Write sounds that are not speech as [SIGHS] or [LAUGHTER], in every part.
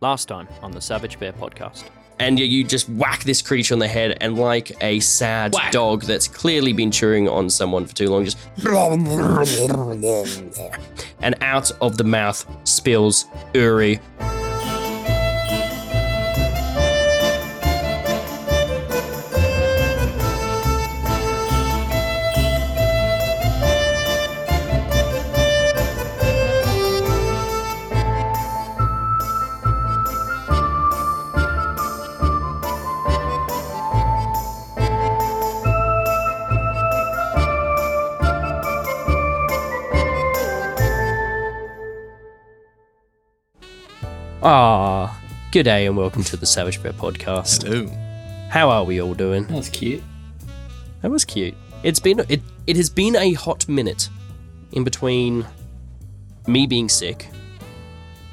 last time on the Savage Bear podcast. and you, you just whack this creature on the head, and like a sad dog that's clearly been chewing on someone for too long, just and out of the mouth spills Uri. Ah, good day, and welcome to the Savage Bear podcast. Hello. How are we all doing? That's cute. That was cute. It's been it it has been a hot minute in between me being sick,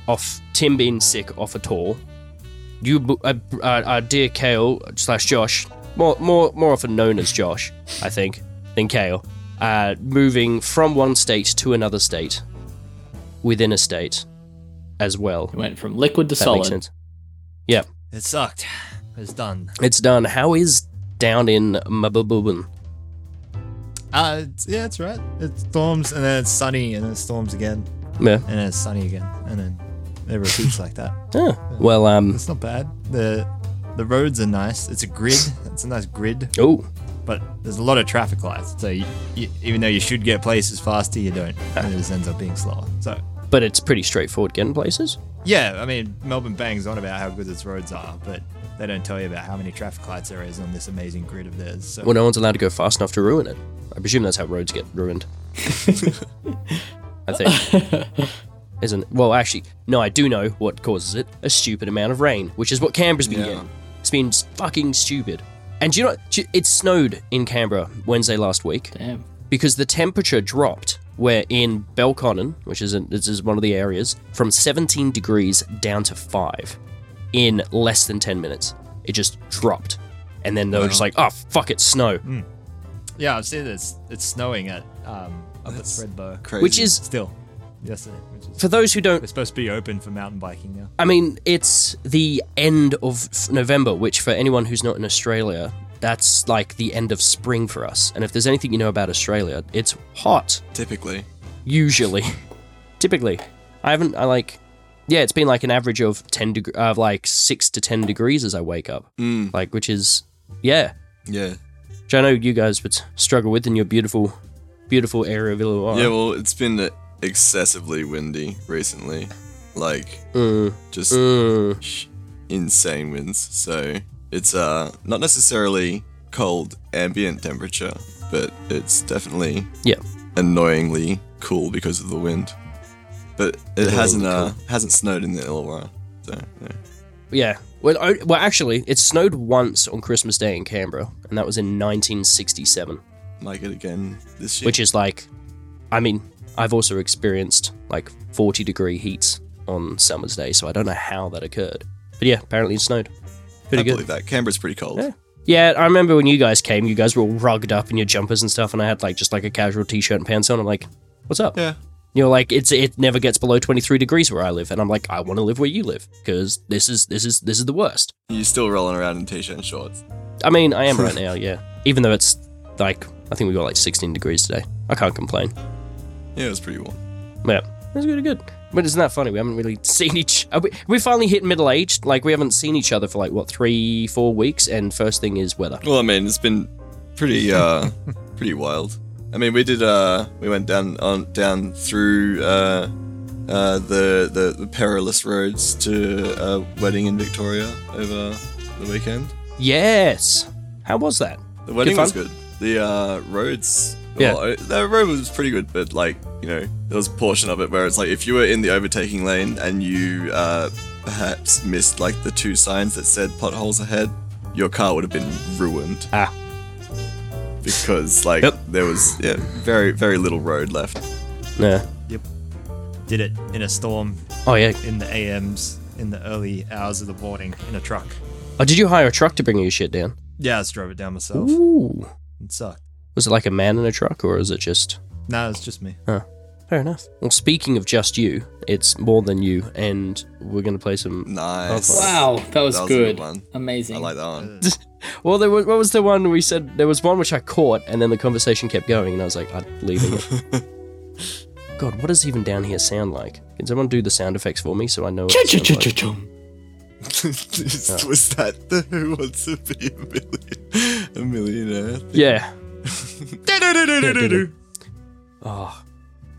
off Tim being sick off a tour, you bu- uh, uh, uh, dear Kale slash Josh, more more more often known as Josh, I think, than Kale, uh, moving from one state to another state, within a state, as well. It went from liquid to That solid. makes sense. It sucked. It's done. It's done. How is down in Mabubun? Uh, it's- yeah, it's right. It storms and then it's sunny and then it storms again Yeah. and then it's sunny again and then it repeats like that. Ah, well, um. It's not bad. The the roads are nice. It's a grid. It's a nice grid, Oh, but there's a lot of traffic lights. So you, you, even though you should get places faster, you don't. And it just ends up being slower. So but it's pretty straightforward getting places. yeah, I mean Melbourne bangs on about how good its roads are, but they don't tell you about how many traffic lights there is on this amazing grid of theirs. So Well, no one's allowed to go fast enough to ruin it. I presume that's how roads get ruined. I think. Isn't well, actually, no. I do know what causes it: a stupid amount of rain, which is what Canberra's been getting. It's been s- fucking stupid. And do you know, do you- it snowed in Canberra Wednesday last week Damn. because the temperature dropped. Where in Belconnen, which is in, this is one of the areas, from 17 degrees down to five in less than 10 minutes. It just dropped, and then they were just like, "Oh fuck, it's snow," Mm. yeah, I've seen it's it's snowing at um up at Threadbow. Crazy. which is Still, yes, it- which is- for those who we're don't supposed to be open for mountain biking now. i mean it's the end of f- november which for anyone who's not in australia that's like the end of spring for us and if there's anything you know about australia it's hot Typically. [LAUGHS] usually typically i haven't i like yeah it's been like an average of 10 deg- of like 6 to 10 degrees as i wake up Mm, like which is yeah yeah. which i know you guys would struggle with in your beautiful beautiful area of illinois Yeah, well, it's been excessively windy recently. Like, mm, just mm, sh- insane winds. So, it's uh not necessarily cold ambient temperature, but it's definitely Yeah. annoyingly cool because of the wind. But it hasn't uh, hasn't snowed in the Illawarra. So, yeah. Yeah. Well, I, well, actually, it snowed once on Christmas Day in Canberra, and that was in 1967, might get again this year. which is like, I mean, I've also experienced like 40 degree heats on summer's day, so I don't know how that occurred. But yeah, apparently it snowed. I Pretty good. believe that. Canberra's pretty cold. Yeah. Yeah, I remember when you guys came, you guys were all rugged up in your jumpers and stuff, and I had like just like a casual t-shirt and pants on. I'm like, what's up? Yeah. You're like, it's it never gets below 23 degrees where I live, and I'm like, I want to live where you live because this is this is this is the worst. You're still rolling around in t-shirt and shorts. I mean, I am right now, yeah. Even though it's like, I think we got like 16 degrees today. I can't complain. Yeah, it was pretty warm. Yeah, that's really good. But isn't that funny? We haven't really [LAUGHS] seen each. Are we, we finally hit middle aged. Like we haven't seen each other for like what three, four weeks. And first thing is weather. [LAUGHS] Well, I mean, it's been pretty, uh, pretty wild. I mean, we did, uh, we went down on down through uh, uh, the, the the perilous roads to a wedding in Victoria over the weekend. Yes. How was that? The wedding was fun. good. The uh, roads, Yeah. well, uh, the road was pretty good, but like you know, there was a portion of it where it's like if you were in the overtaking lane and you uh, perhaps missed like the two signs that said potholes ahead, your car would have been ruined. Ah. Because like Yep. there was yeah, very very little road left. Yeah. Yep. Did it in a storm Oh yeah. in the AMs in the early hours of the morning in a truck. Oh, did you hire a truck to bring your shit down? Yeah, I just drove it down myself. Ooh. It sucked. Was it like a man in a truck, or is it just? No, it's just me. Huh. Fair enough. Well, speaking of just you, it's more than you, and we're going to play some. Nice. Wow, Oh, that was, That was a good. good one. Amazing. I like that [LAUGHS] one. Well, there was, what was the one we said? There was one which I caught, and then the conversation kept going, and I was like, I'm leaving it. God, what does even down here sound like? Can someone do the sound effects for me so I know? What it sounds like? Was that [LAUGHS] the Who Wants to Be a, million, a Millionaire? Yeah. Do-do-do-do-do-do. Oh.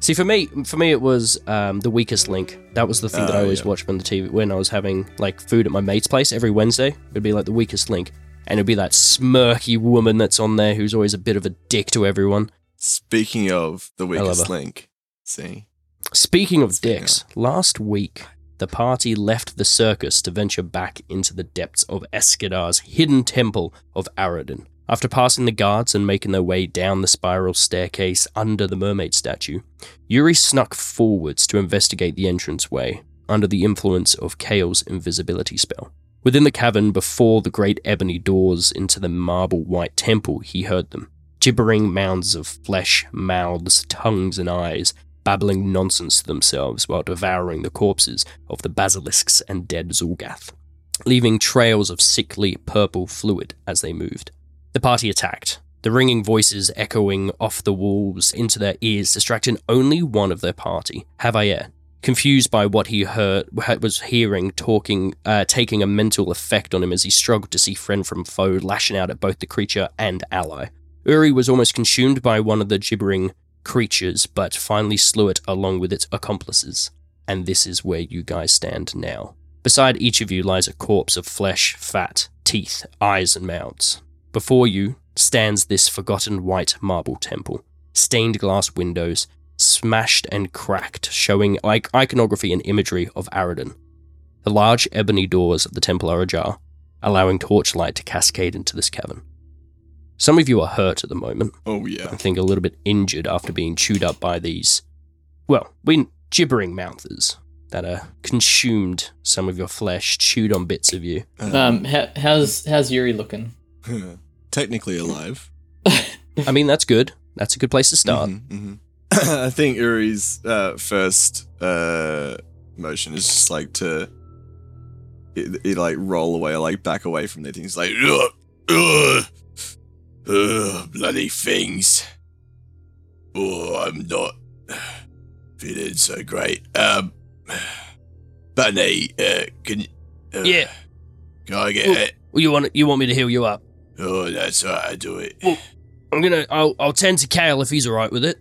See, for me, for me, it was um, the weakest link. That was the thing that I Oh, always yeah. watched when the TV when I was having like food at my mate's place every Wednesday. It'd be like the weakest link, and it'd be that smirky woman that's on there who's always a bit of a dick to everyone. Speaking of the love weakest her. link, see, Speaking of Speaking dicks, last week the party left the circus to venture back into the depths of Eskedar's hidden temple of Aradin. After passing the guards and making their way down the spiral staircase under the mermaid statue, Yuri snuck forwards to investigate the entranceway under the influence of Kale's invisibility spell. Within the cavern, before the great ebony doors into the marble white temple, he heard them gibbering mounds of flesh, mouths, tongues, and eyes babbling nonsense to themselves while devouring the corpses of the basilisks and dead Zulgath, leaving trails of sickly purple fluid as they moved. The party attacked, the ringing voices echoing off the walls into their ears, distracting only one of their party, Havayer. Confused by what he heard, was hearing, talking, uh, taking a mental effect on him as he struggled to see friend from foe, lashing out at both the creature and ally. Uri was almost consumed by one of the gibbering creatures, but finally slew it along with its accomplices. And this is where you guys stand now. Beside each of you lies a corpse of flesh, fat, teeth, eyes, and mouths. Before you stands this forgotten white marble temple, stained glass windows, smashed and cracked, showing I- iconography and imagery of Aridon. The large ebony doors of the temple are ajar, allowing torchlight to cascade into this cavern. Some of you are hurt at the moment. oh I yeah, think, a little bit injured after being chewed up by these, well, we gibbering mouthers that uh, consumed some of your flesh, chewed on bits of you. Um, how, how's how's Yuri looking? Uh, Uh. [LAUGHS] technically alive. I mean, that's good. That's a good place to start. Mhm, mhm. [LAUGHS] I think Uri's uh, first uh, motion is just like to he, he, like roll away or like back away from the things like "Ugh, ugh, ugh, bloody things. Oh, I'm not feeling so great. Um, [SIGHS] Bunny, uh, can uh, Yeah. can I get Well- it? Well, you want you want me to heal you up? Oh, that's all right. I do it. Well- I'm gonna. I'll, I'll tend to Kale if he's all right with it.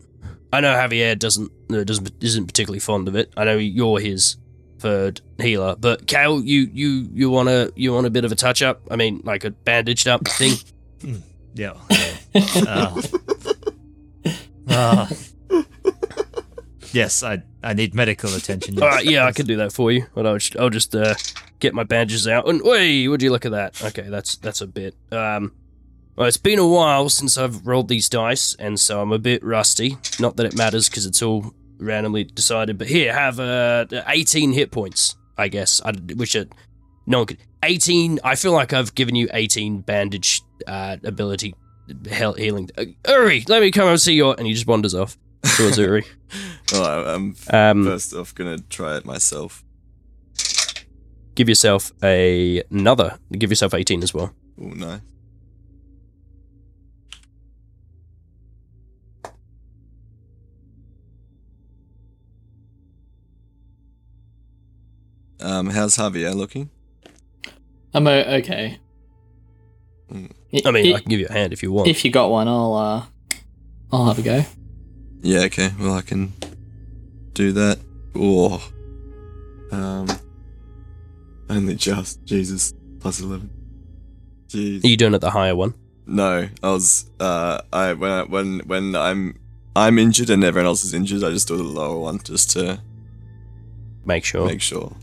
I know Javier doesn't uh, doesn't isn't particularly fond of it. I know you're his third healer, but Kale, you you you want to you want a bit of a touch up? I mean, like a bandaged up thing. [LAUGHS] Yeah. Oh. Ah. yes, I I need medical attention. Yes. All right, yeah, I can do that for you. But I'll just, I'll just uh, get my badges out. And wait, would you look at that? Okay, that's that's a bit. Um, well, it's been a while since I've rolled these dice, and so I'm a bit rusty. Not that it matters because it's all randomly decided. But here, have uh, 18 hit points. I guess I wish it. No one could. 18. I feel like I've given you 18 bandage uh, ability heal- healing. Uh, Uri, let me come and see your. And he just wanders off towards Uri. [LAUGHS] Oh, I- I'm Um, first off gonna try it myself. give yourself a, another. Give yourself 18 as well. Oh no. Um, how's Javier looking? I'm o- okay. Mm. I mean, I I- can give you a hand if you want. Hmm. if you got one, I'll uh, I'll have a go. Yeah, okay. Well, I can do that. Oh, um, only just Jesus plus eleven. Jeez. Are you doing it the higher one? No, I was uh I when I, when when I'm I'm injured and everyone else is injured, I just do the lower one just to Make sure. make sure.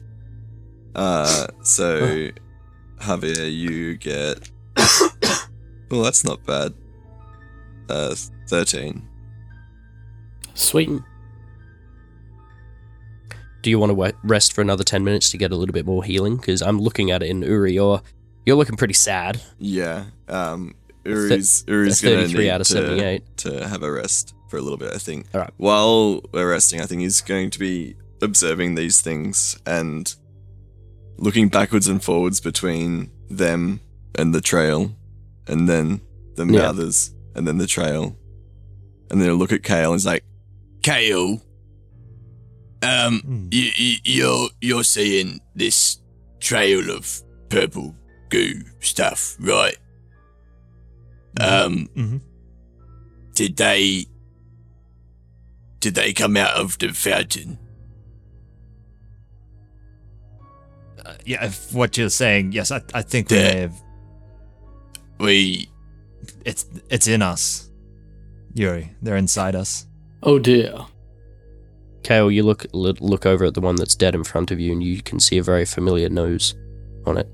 Uh [LAUGHS] so Javier, you get [COUGHS] Well, that's not bad. Uh 13. Sweet. Mm. Do you want to wait, rest for another 10 minutes to get a little bit more healing? Because I'm looking at it in Uri. You're, you're looking pretty sad. Yeah. Um Uri's Uri's gonna 33 need out of to, 78. to have a rest for for a little bit. I think. All right. While we're resting, I think he's going to be observing these things and looking backwards and forwards between them and the trail, and then the Yeah. others, and then the trail, and then he'll look at Kale and he's like, "Kale, um, Hmm. you, you, you're you're seeing this trail of purple goo stuff, right? Mm-hmm. Um, Mhm. did they did they come out of the fountain? yeah, if what you're saying, yes, I, I think Yeah. they have, We it's it's in us, Yuri. They're inside us. Oh dear. Kale, you look l- look over at the one that's dead in front of you, and you can see a very familiar nose on it.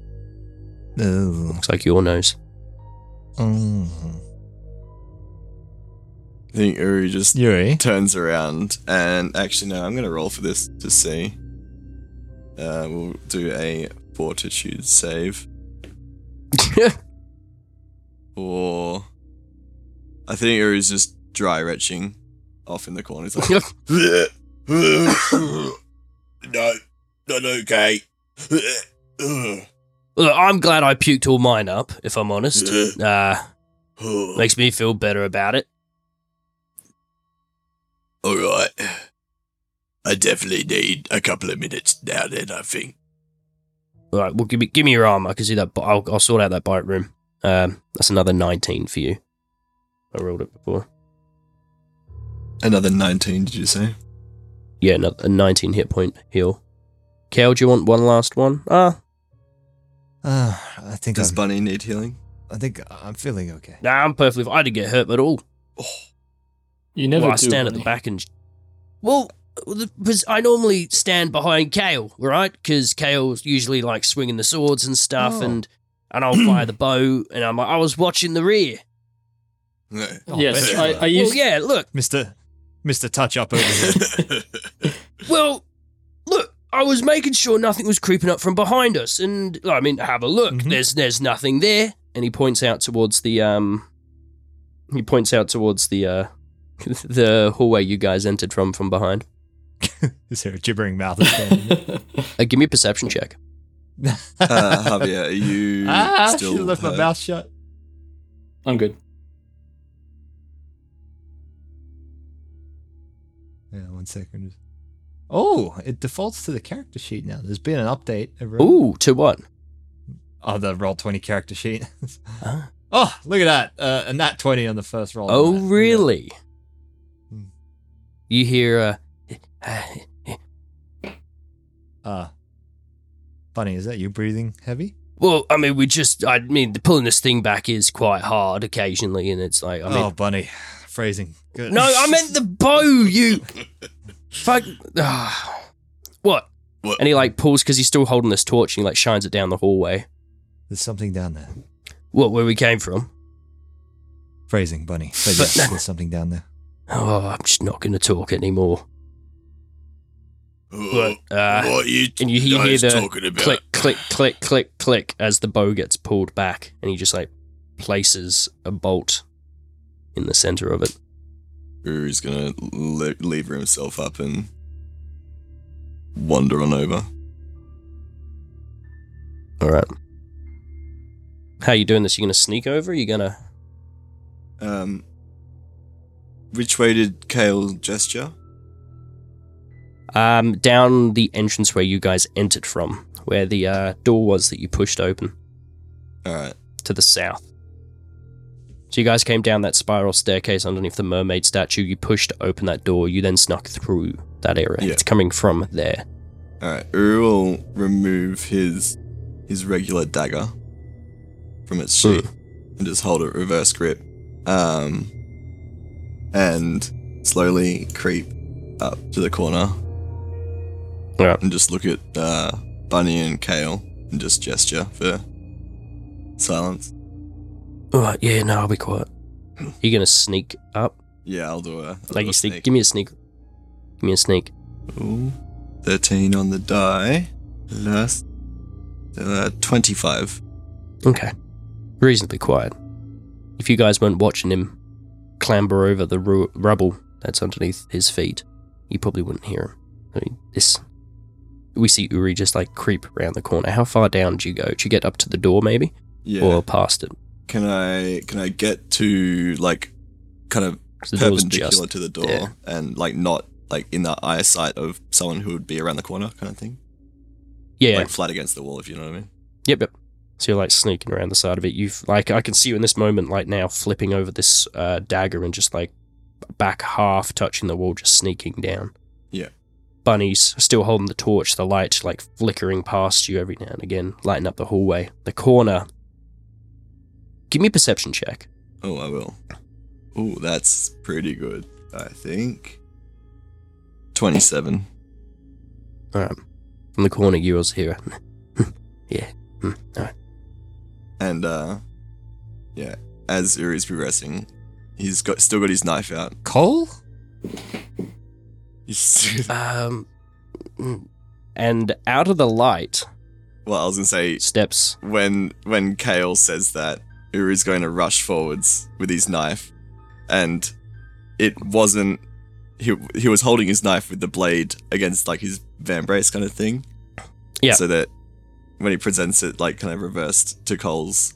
Ooh. Looks like your nose. Mm. I think Uri just Yuri, turns around and actually no, I'm gonna roll for this to see. Uh, we'll do a fortitude [LAUGHS] save. Or I think Uri's just dry retching off in the corner. He's like, [LAUGHS] no, not okay. [LAUGHS] Look, I'm glad I puked all mine up. If I'm honest, [LAUGHS] uh, All makes me feel better about it. right. I definitely need a couple of minutes now. Then I think. All right, well, give me give me your arm. I can see that. bi- I'll, I'll sort out that bite room. Um, that's another nineteen for you. I rolled it before. Another nineteen, did you say? Yeah, no, a nineteen hit point heal. Kale, do you want one last one? Ah, uh, I think Does I'm- Bunny need healing? I think I'm feeling okay. nah, I'm perfectly. F- I didn't get hurt at all. You never well, I do. stand at the Bunny. back and. Well, because I normally stand behind Kale, right? Because Kale's usually like swinging the swords and stuff, Oh. and and I'll fire the bow, and I'm like, I was watching the rear. No. Oh, yes, bet I, you I are. used. Well, yeah, look, Mister Mister Touch Up over [LAUGHS] here. well, look, I was making sure nothing was creeping up from behind us, and I mean, have a look. Mhm. There's there's nothing there, and he points out towards the um, he points out towards the uh, [LAUGHS] the hallway you guys entered from from behind. Is there a gibbering mouth? is [LAUGHS] standing? Uh, give me a perception check. [LAUGHS] uh, Javier, are you ah, I still should have left my hurt? mouth shut. [LAUGHS] I'm good. Yeah, one second. Oh, it defaults to the character sheet now. There's been an update. everyone. Ooh, to what? Oh, the roll 20 character sheet. [LAUGHS] Ah. oh, look at that. Uh, a nat 20 on the first roll. Oh, Nat. really? Hmm. You hear, uh, [SIGHS] Uh, funny, is that you breathing heavy? well, I mean, we just, I mean, the pulling this thing back is quite hard occasionally, and it's like, I oh, mean, bunny. Phrasing. Good. no, [LAUGHS] I [LAUGHS] meant the bow, you fuck. ah. what? What? And he like pulls because he's still holding this torch and he like shines it down the hallway. There's something down there. What, where we came from? Phrasing, bunny. But But- yes, [LAUGHS] there's something down there. Oh, I'm just not going to talk anymore. What, But, uh, what are you, and you- you hear guys the talking about? click, click, click, click, click as the bow gets pulled back, and he just like places a bolt in the center of it. Uru's gonna le- lever himself up and wander on over. All right. How you doing this? You gonna sneak over? You gonna? Um, which way did Kale gesture? Um, down the entrance where you guys entered from, where the uh, door was that you pushed open All right. to the south. So you guys came down that spiral staircase underneath the mermaid statue. You pushed open that door. You then snuck through that area. Yeah. It's coming from there. All right. Uru will remove his his regular dagger from its Hmm. sheath and just hold it reverse grip. Um, and slowly creep up to the corner. Yeah. And just look at uh, Bunny and Kale and just gesture for silence. All right. Yeah. No, I'll be quiet. You gonna sneak up? Yeah, I'll do a Like you a sneak. Give me a sneak. Give me a sneak. Ooh, 13 on the die. Last. Uh, 25. Okay. Reasonably quiet. If you guys weren't watching him clamber over the ru- rubble that's underneath his feet, you probably wouldn't hear him. I mean, this. We see Uri just like creep around the corner. How far down do you go? Do you get up to the door maybe, Yeah. or past it? can I can I get to like kind of 'Cause the door's perpendicular just to the door there. and like not like in the eyesight of someone who would be around the corner kind of thing? yeah. Like flat against the wall, if you know what I mean. Yep, yep. So you're like sneaking around the side of it. You've like I can see you in this moment, like now flipping over this uh, dagger and just like back half touching the wall, just sneaking down. Yeah. Bunnies still holding the torch, the light like flickering past you every now and again, lighting up the hallway, the corner. Give me a perception check. Oh, I will. Oh, that's pretty good. I think twenty-seven. From the corner, you also hear. [LAUGHS] yeah. hmm, all right. And uh yeah, as Uri's progressing, he's got still got his knife out. [LAUGHS] Cole? He's, Um, and out of the light well, I was gonna say steps when when Kale says that, Uru's going to rush forwards with his knife, and it wasn't. He he was holding his knife with the blade against like his Van Brace kind of thing. Yeah. So that when he presents it, like kind of reversed to Cole's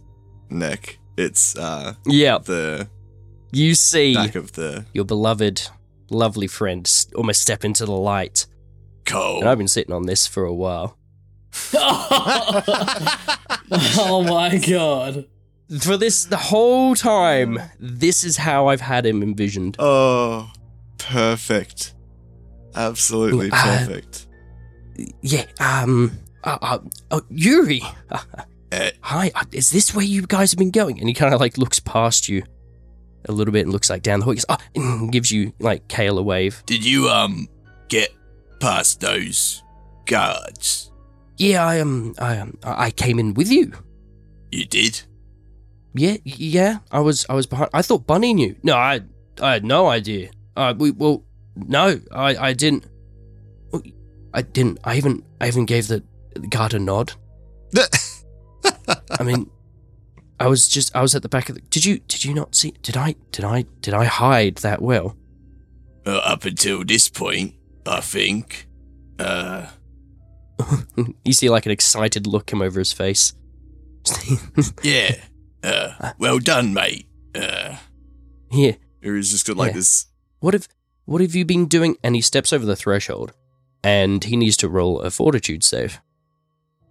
neck, it's uh Yeah, the you see. back of the your beloved, lovely friend s- almost step into the light. And Cole. I've been sitting on this for a while. oh my god. For this, the whole time, this is how I've had him envisioned. Oh, perfect. Absolutely Ooh, ah. perfect. Yeah, um, uh, uh, uh, Yuri, [LAUGHS] uh, Eh. hi, uh, is this where you guys have been going? And he kind of like looks past you a little bit and looks like down the hall. He goes, "Ah," and gives you like Kale a wave. Did you um get past those guards? Yeah, I um, I um, I I came in with you. You did? Yeah, y- yeah. I was, I was behind. I thought Bunny knew. No, I, I had no idea. Uh, we, well, no, I, I didn't. Well, I didn't. I even, I even gave the guard a nod. I mean, I was just, I was at the back of the. Did you, did you not see? Did I, did I, did I hide that well? [LAUGHS] Uh, up until this point, I think. Uh, you see, like an excited look come over his face. [LAUGHS] yeah. Uh, well done, mate. Uh, Here, Uri's just got like Yeah. [LAUGHS] this. what have, what have you been doing? And he steps over the threshold, and he needs to roll a fortitude save,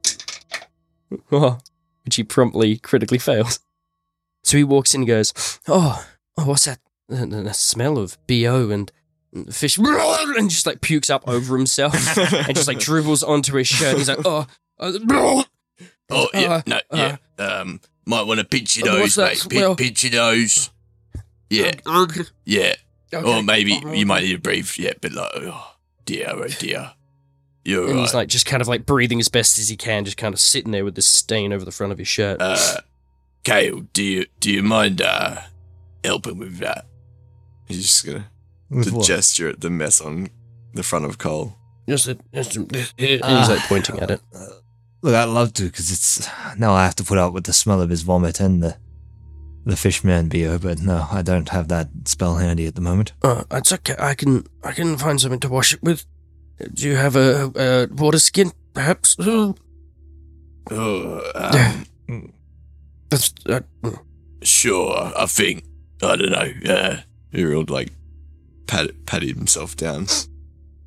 [LAUGHS] Oh, which he promptly critically fails. So he walks in and goes, "Oh, oh what's that? The, the- the smell of bo and fish?" [LAUGHS] And just like pukes up over [LAUGHS] himself and just like dribbles onto his shirt. He's like, "Oh." [LAUGHS] uh, Oh, yeah. uh, no, yeah. Um, might want to pinch your uh, what's nose, that Uh, mate. Pin- smell? pinch your nose. Yeah, okay. yeah. Or maybe Uh-huh. you might need to breathe. Yeah, but like, oh, dear, oh, dear. You're And right. he's like, just kind of like breathing as best as he can, just kind of sitting there with this stain over the front of his shirt. Uh, Kale, do you do you mind uh helping with that? He's just gonna With [LAUGHS] to what? gesture at the mess on the front of Cole. Just a- just a- and he's like pointing at it. Look, I'd love to because it's now I have to put up with the smell of his vomit and the the fishman beer, but no, I don't have that spell handy at the moment. Uh, it's okay. I can I can find something to wash it with. Do you have a, a water skin, perhaps? [GASPS] Uh, Oh, [SIGHS] um, That's uh, sure. I think I don't know. Uh, he would like pat pat himself down.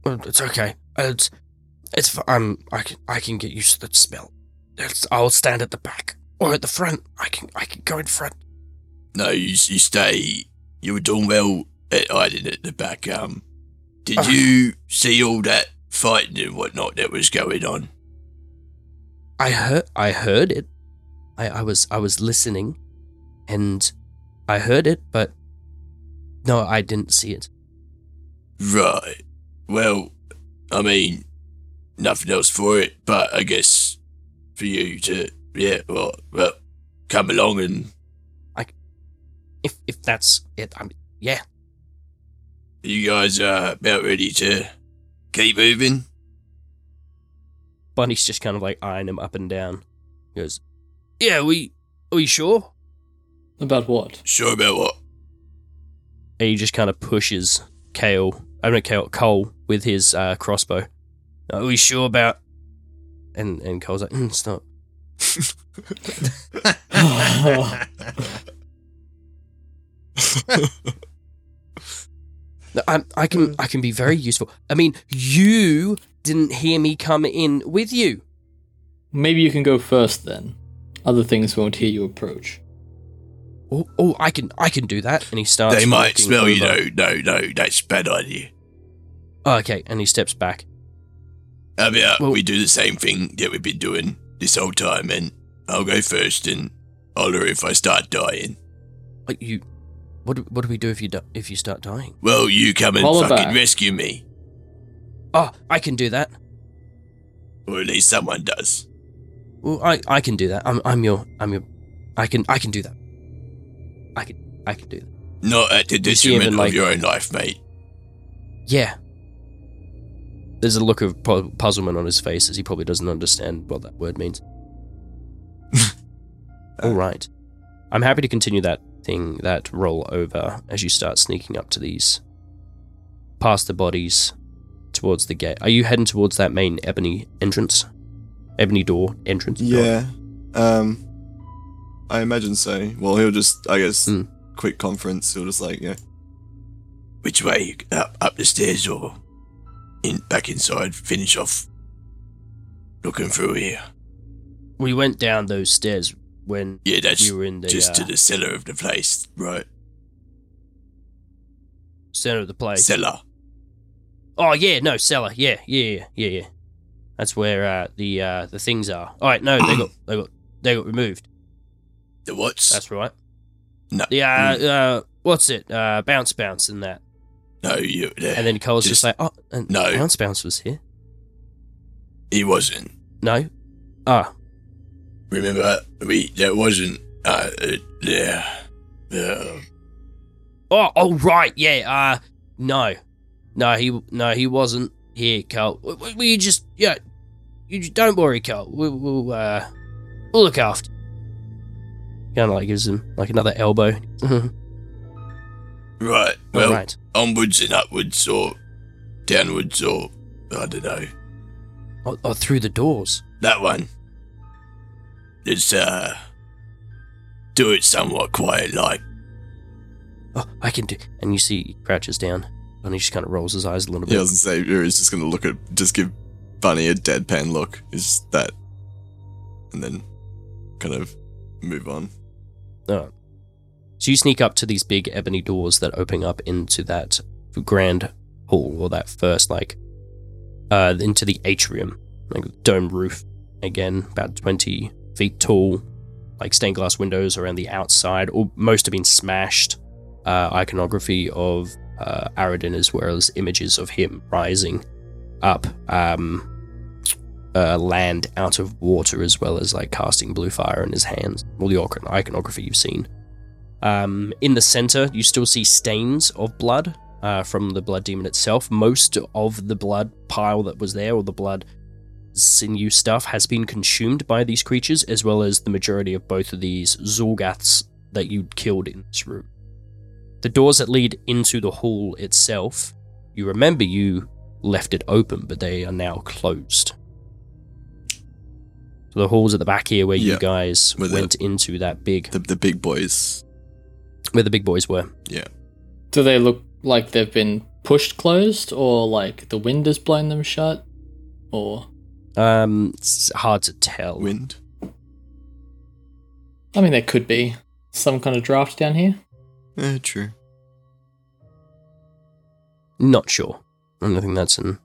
well, it's okay. Uh, It's it's fi- I'm I can I can get used to the smell. It's, I'll stand at the back or at the front. I can I can go in front. No, you, you stay. You were doing well at hiding at the back. Um, did you see all that fighting and whatnot that was going on? I heard I heard it. I, I was I was listening and I heard it, but no, I didn't see it. Right. Well, I mean, nothing else for it, but I guess for you to, yeah, well, well come along and If if that's it, I'm yeah. you guys are about ready to keep moving. Bunny's just kind of like eyeing him up and down. He goes, Yeah, we are we sure? About what? [LAUGHS] [LAUGHS] Sure about what? And he just kind of pushes Kale, I mean Kale, Cole with his uh, crossbow. Are we sure about? And and Cole's like, "Mm, it's not. No, I, I can I can be very useful. I mean, you didn't hear me come in with you. Maybe you can go first then. Other things won't hear you approach. Oh, oh I can I can do that. And he starts. walking Uh, over. No, no, that's a bad idea. Oh, okay, and he steps back. I mean, uh, Well- we do the same thing that we've been doing this whole time, and I'll go first and holler if I start dying. Like you, what do, what do we do if you do, if you start dying? Well, you come and Holler fucking back. rescue me, Oh, I can do that. or at least someone does. Well, I, I can do that. I'm I'm your I'm your, I can I can do that. I can I can do that. Not at the You see him in, detriment like- of your own life, mate. Yeah. There's a look of pu- puzzlement on his face as he probably doesn't understand what that word means. All right. I'm happy to continue that thing, that roll over as you start sneaking up to these, past the bodies, towards the gate. Are you heading towards that main ebony entrance? Ebony door entrance? door? um, I imagine so. Well, he'll just, I guess, Hmm. quick conference. He'll just like, yeah. Which way? Up, up the stairs, or in back inside? Finish off looking through here. We went down those stairs when Yeah, that's we were in the, just to uh, the cellar of the place, right? center of the place. Cellar. Oh yeah, no cellar. Yeah, yeah, yeah, yeah. yeah. That's where uh, the uh, the things are. All right, no, [CLEARS THROAT] they got they got they got removed. The what's? That's right. No. Mm. The uh, uh what's it? Uh, bounce bounce and that. no, you. There. And then Cole's just, Just- like, oh, and No. bounce bounce was here. he wasn't. No. Ah, Remember, we that wasn't. Uh, uh yeah. Uh, oh, oh right, yeah. Uh, no, no, he no he wasn't here, Cole. W- w- We, just yeah, you just, don't worry, Cole. We, we'll uh, we'll look after. Kind of like gives him like another elbow. [LAUGHS] right. All Well, right. onwards and upwards, or downwards, or I don't know. Or, or Oh, through the doors. That one. Let's uh, do it somewhat quiet, like. Oh, I can do. And you see, he crouches down, and he just kind of rolls his eyes a little bit. Yeah, I was gonna say, Uri's just gonna look at, just give Bunny a deadpan look. It's just that. And then kind of move on. Oh. So you sneak up to these big ebony doors that open up into that grand hall, or that first like, uh, into the atrium, like dome roof. Again, about twenty feet tall, like stained glass windows around the outside. All most have been smashed. Uh, iconography of uh, Aradin, as well as images of him rising up, um, uh, land out of water, as well as like casting blue fire in his hands. All the icon- iconography you've seen. Um, in the center, you still see stains of blood uh, from the blood demon itself. Most of the blood pile that was there, or the blood sinew stuff, has been consumed by these creatures, as well as the majority of both of these Zorgaths that you killed in this room. The doors that lead into the hall itself, you remember you left it open, but they are now closed. So the halls at the back here, where you Yeah. guys With the- went into that big, The, the big boys. where the big boys were. Do they look like they've been pushed closed, or like the wind has blown them shut? Or Um, it's hard to tell. Wind. I mean, there could be some kind of draft down here. Eh, true. Not sure. I don't think that's an.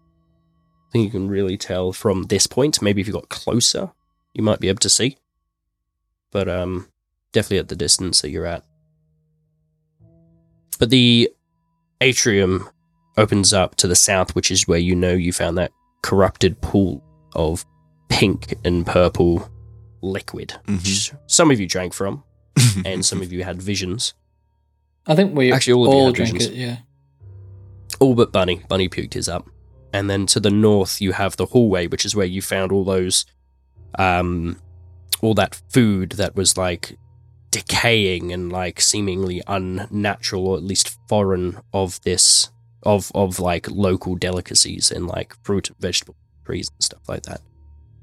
I think you can really tell from this point. Maybe if you got closer, you might be able to see. But um, definitely at the distance that you're at. But the atrium opens up to the south, which is where you know you found that corrupted pool of pink and purple liquid, which some of you drank from, Mm-hmm. [LAUGHS] and some of you had visions. I think we Actually, all of you all have drank visions. it. Yeah. All but Bunny. Bunny puked his up. And then to the north, you have the hallway, which is where you found all those, um, all that food that was like decaying and like seemingly unnatural or at least foreign of this of of like local delicacies and like fruit and vegetable trees and stuff like that.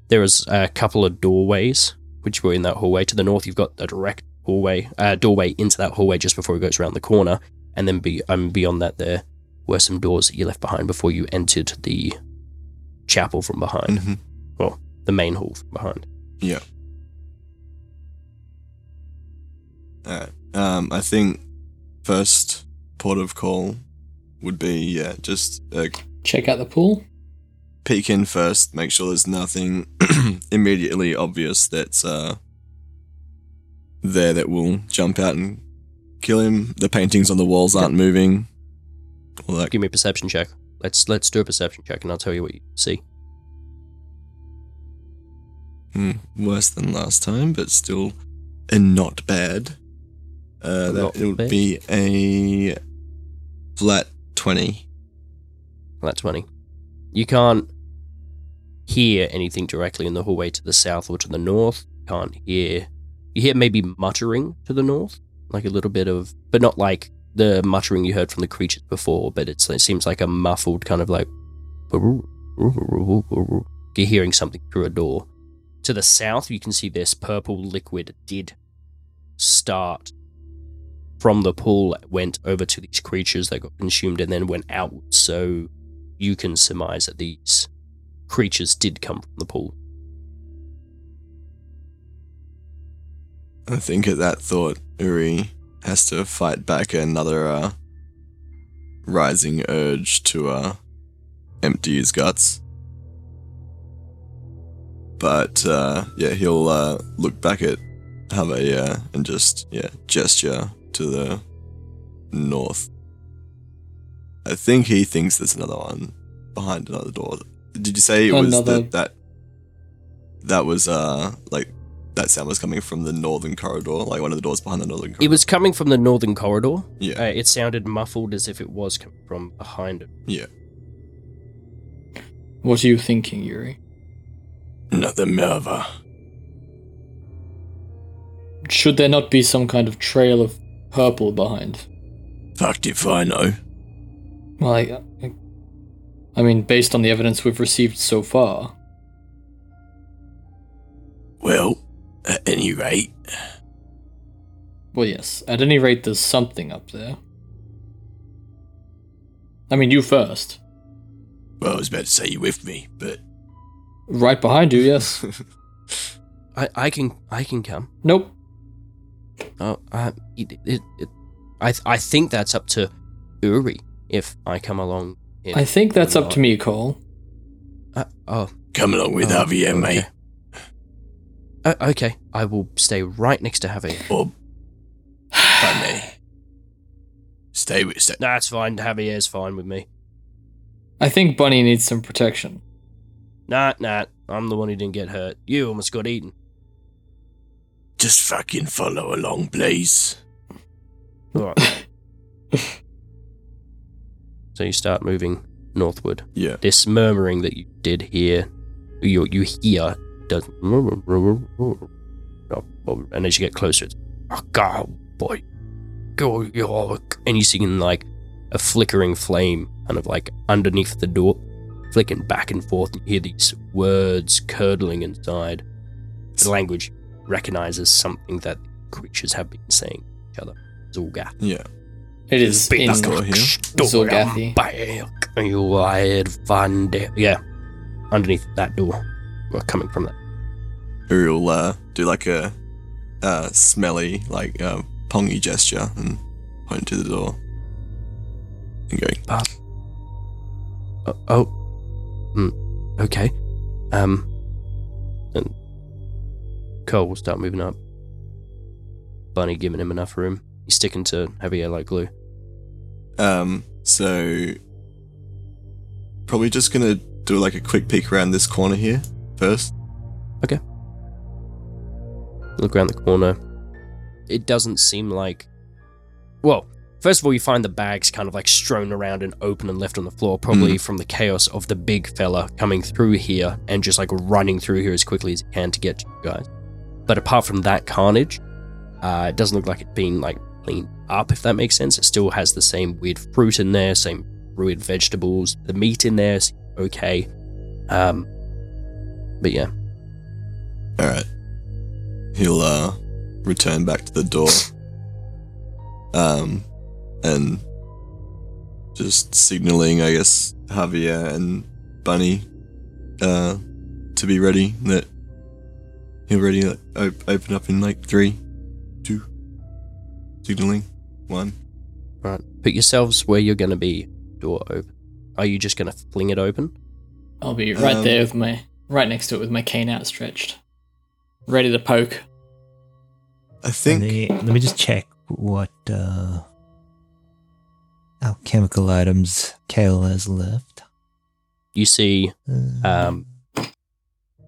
There is a couple of doorways which were in that hallway. To the north, you've got a direct hallway uh, doorway into that hallway just before it goes around the corner, and then be um, beyond that there were some doors that you left behind before you entered the chapel from behind, Mm-hmm. Mhm. well the main hall from behind. Alright. Um, I think first port of call would be yeah, just uh, Check out the pool. peek in first, make sure there's nothing [CLEARS THROAT] immediately obvious that's uh there that will jump out and kill him. The paintings on the walls aren't moving. All that. Give me a perception check. Let's let's do a perception check, and I'll tell you what you see. Hmm, worse than last time, but still uh, not bad. Uh, that Not it would bad. be a flat twenty. That's funny. You can't hear anything directly in the hallway to the south or to the north. You can't hear. You hear maybe muttering to the north, like a little bit of, but not like the muttering you heard from the creatures before. But it's, it seems like a muffled kind of like. You're hearing something through a door. To the south, you can see this purple liquid did start from the pool went over to these creatures that got consumed and then went out. So you can surmise that these creatures did come from the pool. I think at that thought, Uri has to fight back another uh, rising urge to uh, empty his guts. But uh, yeah, he'll uh, look back at Have uh, and just yeah gesture to the north. I think he thinks there's another one behind another door. Did you say it was Another- the, that? That was uh like that sound was coming from the northern corridor, like one of the doors behind the northern corridor. It was coming from the northern corridor. yeah. Uh, it sounded muffled as if it was coming from behind it. What are you thinking, Yuri? Another Merva. Should there not be some kind of trail of purple behind? Fucked if I know. Well, I, I, I mean, based on the evidence we've received so far, Well, at any rate, well, yes. At any rate, there's something up there. I mean, you first. well, I was about to say you with me, but Right behind you, [LAUGHS] yes. I, I can I can come. nope. Oh, I it, it, it, I I think that's up to Uri if I come along. in- I think that's up to or me, Cole. not. Uh, oh, come along with Oh, Javier, mate, Uh, okay, I will stay right next to Javier. or Bunny. Stay with stay. That's fine. Javier's fine with me. I think Bunny needs some protection. Nah, nah. I'm the one who didn't get hurt. You almost got eaten. Just fucking follow along, please. All right. [COUGHS] so you start moving northward. Yeah. This murmuring that you did hear, you you hear does, and as you get closer, it's oh god boy, go York, and you see in like a flickering flame, kind of like underneath the door, flicking back and forth. And you hear these words curdling inside. The language recognizes something that creatures have been saying to each other. Zulga. It is in door here. Zolgathi. Back, you wired Van Da- Yeah, underneath that door. We're coming from that. Uri'll uh, do like a uh, smelly, like uh, pongy gesture and point to the door and go, Oh, oh. Hmm. okay. Um, and Cole will start moving up. Bunny giving him enough room. He's sticking to heavy air like glue. Um, so probably just gonna do like a quick peek around this corner here first. Look around the corner. It doesn't seem like. Well, first of all, you find the bags kind of like strewn around and open and left on the floor, probably from the chaos of the big fella coming through here and just like running through here as quickly as he can to get to you guys. But apart from that carnage, uh, it doesn't look like it's been like cleaned up, if that makes sense. It still has the same weird fruit in there, same ruined vegetables. The meat in there is okay. Um, but yeah, All right. He'll uh return back to the door. um and just signaling, I guess, Javier and Bunny uh to be ready that he'll ready like, op- open up in like 3 2 signaling 1 right. Put yourselves where you're going to be. Door open. Are you just going to fling it open? I'll be right Um, there with my right next to it with my cane outstretched, ready to poke. I think Let me, let me just check what uh, alchemical items Kale has left. You see, Uh, um,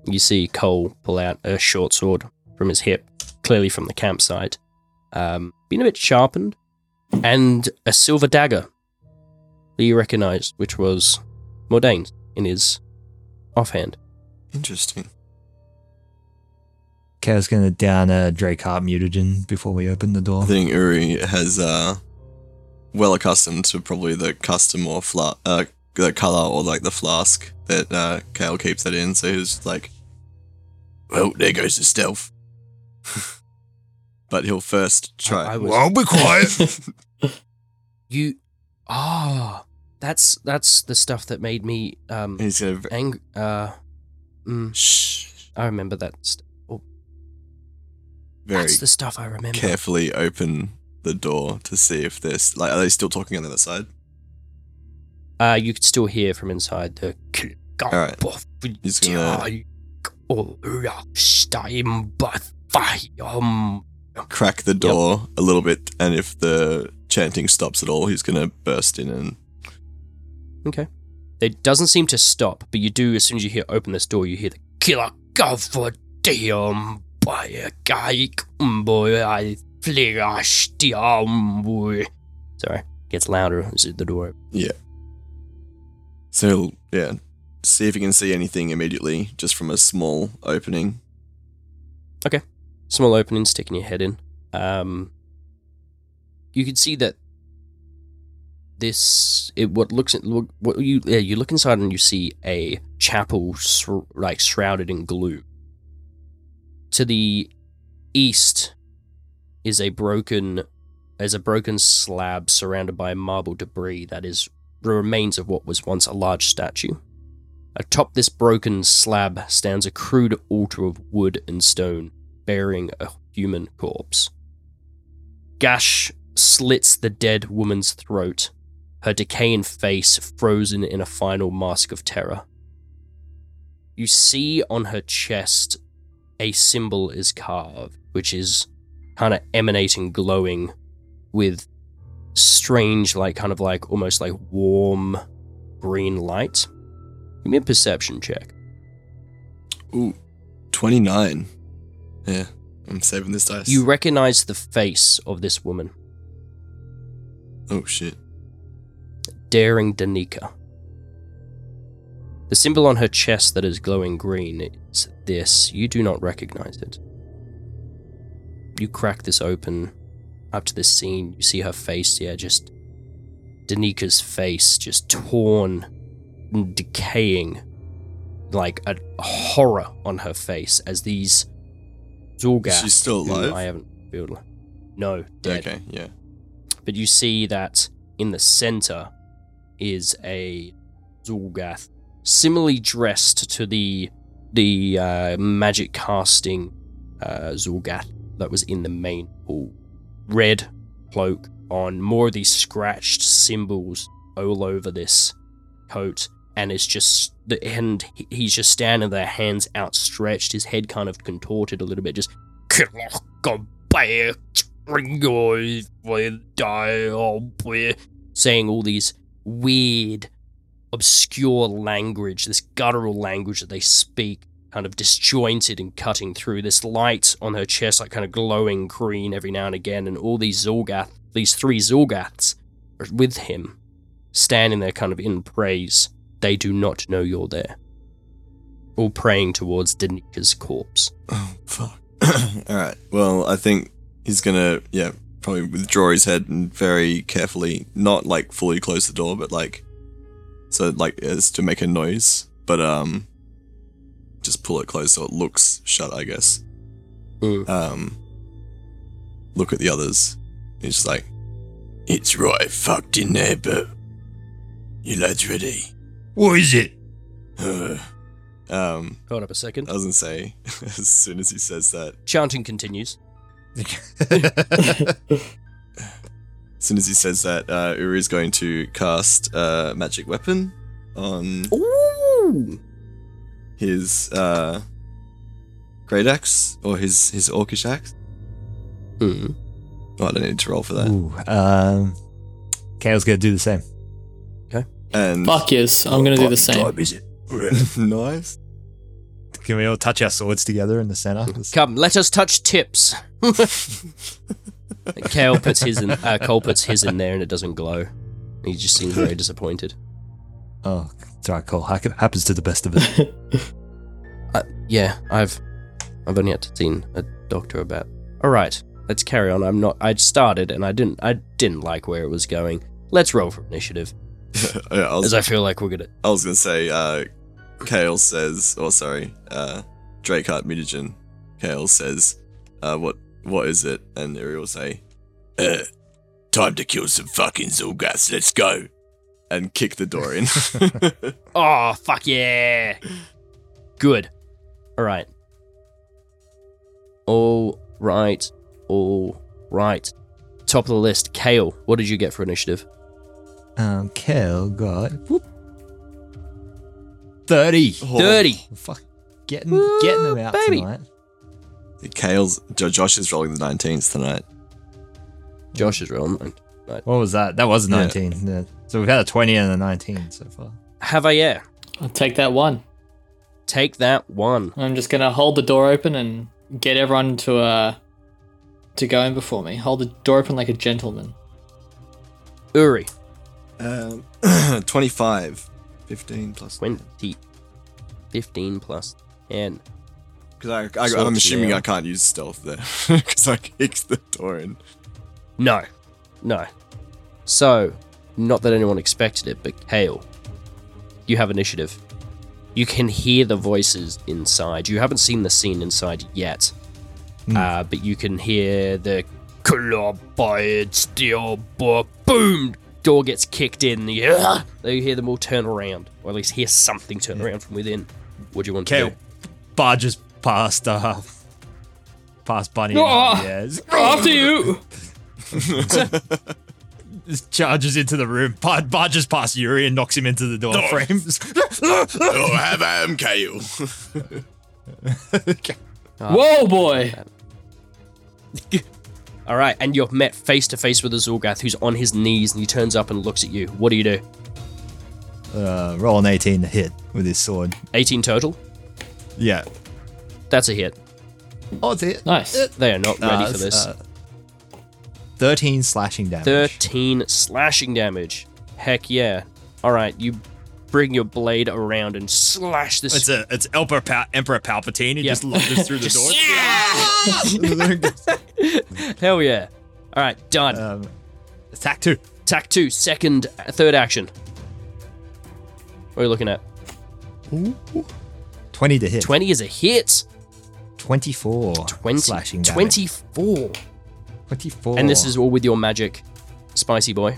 you see Cole pull out a short sword from his hip, clearly from the campsite, um, been a bit sharpened, and a silver dagger that you recognise, which was Mordane's in his offhand. interesting. Kale's gonna down a Drake Heart mutagen before we open the [LAUGHS] door. I think Uri has uh well accustomed to probably the custom or fla- uh, the color or like the flask that uh, Kale keeps that in. So he's like, well, there goes the stealth. [LAUGHS] but he'll first try. I was- be quiet. You, ah, that's that's the stuff that made me um he's gonna. v- angry. Uh, mm, Shh. I remember that. St- Very That's the stuff I remember. carefully open the door to see if there's like are they still talking on the other side? Uh, you could still hear from inside the. Alright. He's gonna- Crack the door a little bit, and if the chanting stops at all, he's gonna burst in and It doesn't seem to stop, but you do, as soon as you hear open this door, you hear the killer cover damn by a guy. boy, I flash damn boy. Sorry, gets louder as the door opens. So he'll- yeah, see if he can see anything immediately, just from a small opening. small opening, sticking your head in. Um, you can see that this it what looks look what you yeah, you look inside and you see a chapel shr- like shrouded in gloom. To the east is a broken is a broken slab surrounded by marble debris that is the remains of what was once a large statue. Atop this broken slab stands a crude altar of wood and stone bearing a human corpse. Gash slits the dead woman's throat, her decaying face frozen in a final mask of terror. You see on her chest a symbol is carved, which is kind of emanating, glowing with strange, like, kind of like almost like warm green light. Give me a perception check. Ooh, 29. Yeah, I'm saving this dice. You recognize the face of this woman. oh shit. daring Danica. The symbol on her chest that is glowing green is this. You do not recognize it. You crack this open up to the scene. You see her face, yeah, just Danica's face, just torn and decaying, like a horror on her face as these Zul'Gath. She's still who alive? I haven't revealed. No, dead Okay, yeah. but you see that in the center is a Zul'Gath, similarly dressed to the the uh, magic casting uh, Zul'Gath that was in the main hall. Red cloak on, more of these scratched symbols all over this coat, and it's just the and he- he's just standing there, hands outstretched, his head kind of contorted a little bit, just saying all these weird, obscure language, this guttural language that they speak, kind of disjointed and cutting through. This light on her chest, like kind of glowing green every now and again, and all these Zorgath, these three Zorgaths are with him, standing there kind of in praise. They do not know you're there. All praying towards Denika's corpse. Oh, fuck. [COUGHS] Alright, well, I think he's gonna, yeah, probably withdraw his head and very carefully, not like fully close the door, but like So like it's to make a noise, but um, just pull it closed so it looks shut, I guess. Mm. Um, look at the others. He's just like, it's right fucked in there, but you lads ready? Uh, What is it? um, Hold up a second. I was gonna say [LAUGHS] as soon as he says that, Chanting continues. as soon as he says that, uh, Uri is going to cast uh, magic weapon on Ooh! his uh, great axe or his his orcish axe. Mm. Oh, I don't need to roll for that. Ooh, um, Kale's gonna do the same. [LAUGHS] And Fuck yes, I'm gonna do the same. Time, is it? [LAUGHS] knives. Can we all touch our swords together in the center? [LAUGHS] Just- Come, let us touch tips. Kale puts his in. Uh, Cole puts his in there, and it doesn't glow. He just seems very disappointed. oh, it's all right, Cole. Hack- Happens to the best [LAUGHS] of us. Uh, yeah, I've I've only had to seen a doctor about. All right, let's carry on. I'm not. I started and I didn't. I didn't like where it was going. Let's roll for initiative, Yeah, I as was, I feel like we're gonna. I was gonna say, uh, Kale says, oh sorry, uh, Drakeheart Mutagen. Kale says, uh, what what is it? And Uri will say, uh, time to kill some fucking Zulgas. Let's go, and kick the door [LAUGHS] in. Oh fuck yeah! Good. All right. All right. All right. Top of the list, Kale. What did you get for initiative? um, Kale got whoop, thirty. Oh. Thirty. Fuck, getting getting them out baby. tonight. Kale's Jo- Josh is rolling the nineteenth tonight. Josh is rolling. What was that? That was Yeah. nineteen. yeah. So we've had a twenty and a nineteen so far. Have I? Yeah. [LAUGHS] I'll take that one. Take that one. I'm just gonna hold the door open and get everyone to uh to go in before me. Hold the door open like a gentleman. Uri. Um, [CLEARS THROAT] 25, 15 plus. 20, 15 plus 10. Because I, I, Sort I'm of, assuming yeah. I can't use stealth there [LAUGHS] because I kicked the door in. No, no. So, not that anyone expected it, but Kale, you have initiative. You can hear the voices inside. You haven't seen the scene inside yet, uh, but you can hear the claw fired steel book. Boom! Door gets kicked in. Yeah, you hear them all turn around, or at least hear something turn around from within. What do you want to Kale do? barges past uh, past Bunny. and Ah! Yes, After you. just [LAUGHS] charges into the room, bar- barges past Yuri and knocks him into the door [LAUGHS] frames. Oh, have I am Kale. Whoa, boy. All right, and you're met face to face with a Zulgath who's on his knees, and he turns up and looks at you. What do you do? uh, roll an eighteen to hit with his sword. 18 total. Yeah. That's a hit. Oh, it's a hit. Nice. They are not ready Uh, for this. uh, Thirteen slashing damage. 13 slashing damage. Heck yeah. All right, you bring your blade around and slash this. It's a it's Emperor, Pal- Emperor Palpatine. He Yeah. just [LAUGHS] lunges through the door. Hell yeah. All right, done. um, attack two. Attack two, second, third action. What are you looking at? Twenty to hit. 20 is a hit. Twenty-four. 20. slashing damage. 24. Twenty-four. And this is all with your magic, spicy boy.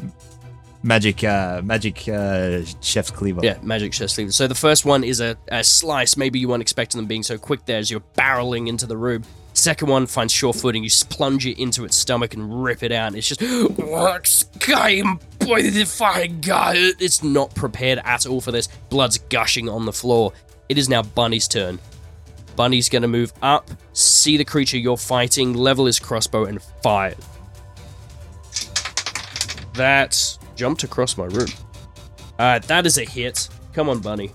magic. Uh, magic. Uh, chef's cleaver. Yeah, magic chest sleeve. So the first one is a, a slice. Maybe you weren't expecting them being so quick there as you're barreling into the room. Second one finds sure footing. You s- plunge it into its stomach and rip it out. And it's just [GASPS] work game boy the fire god. It's not prepared at all for this. Blood's gushing on the floor. It is now Bunny's turn. Bunny's gonna move up, see the creature you're fighting, level his crossbow, and fire. That jumped across my room. Uh, that is a hit. Come on, Bunny.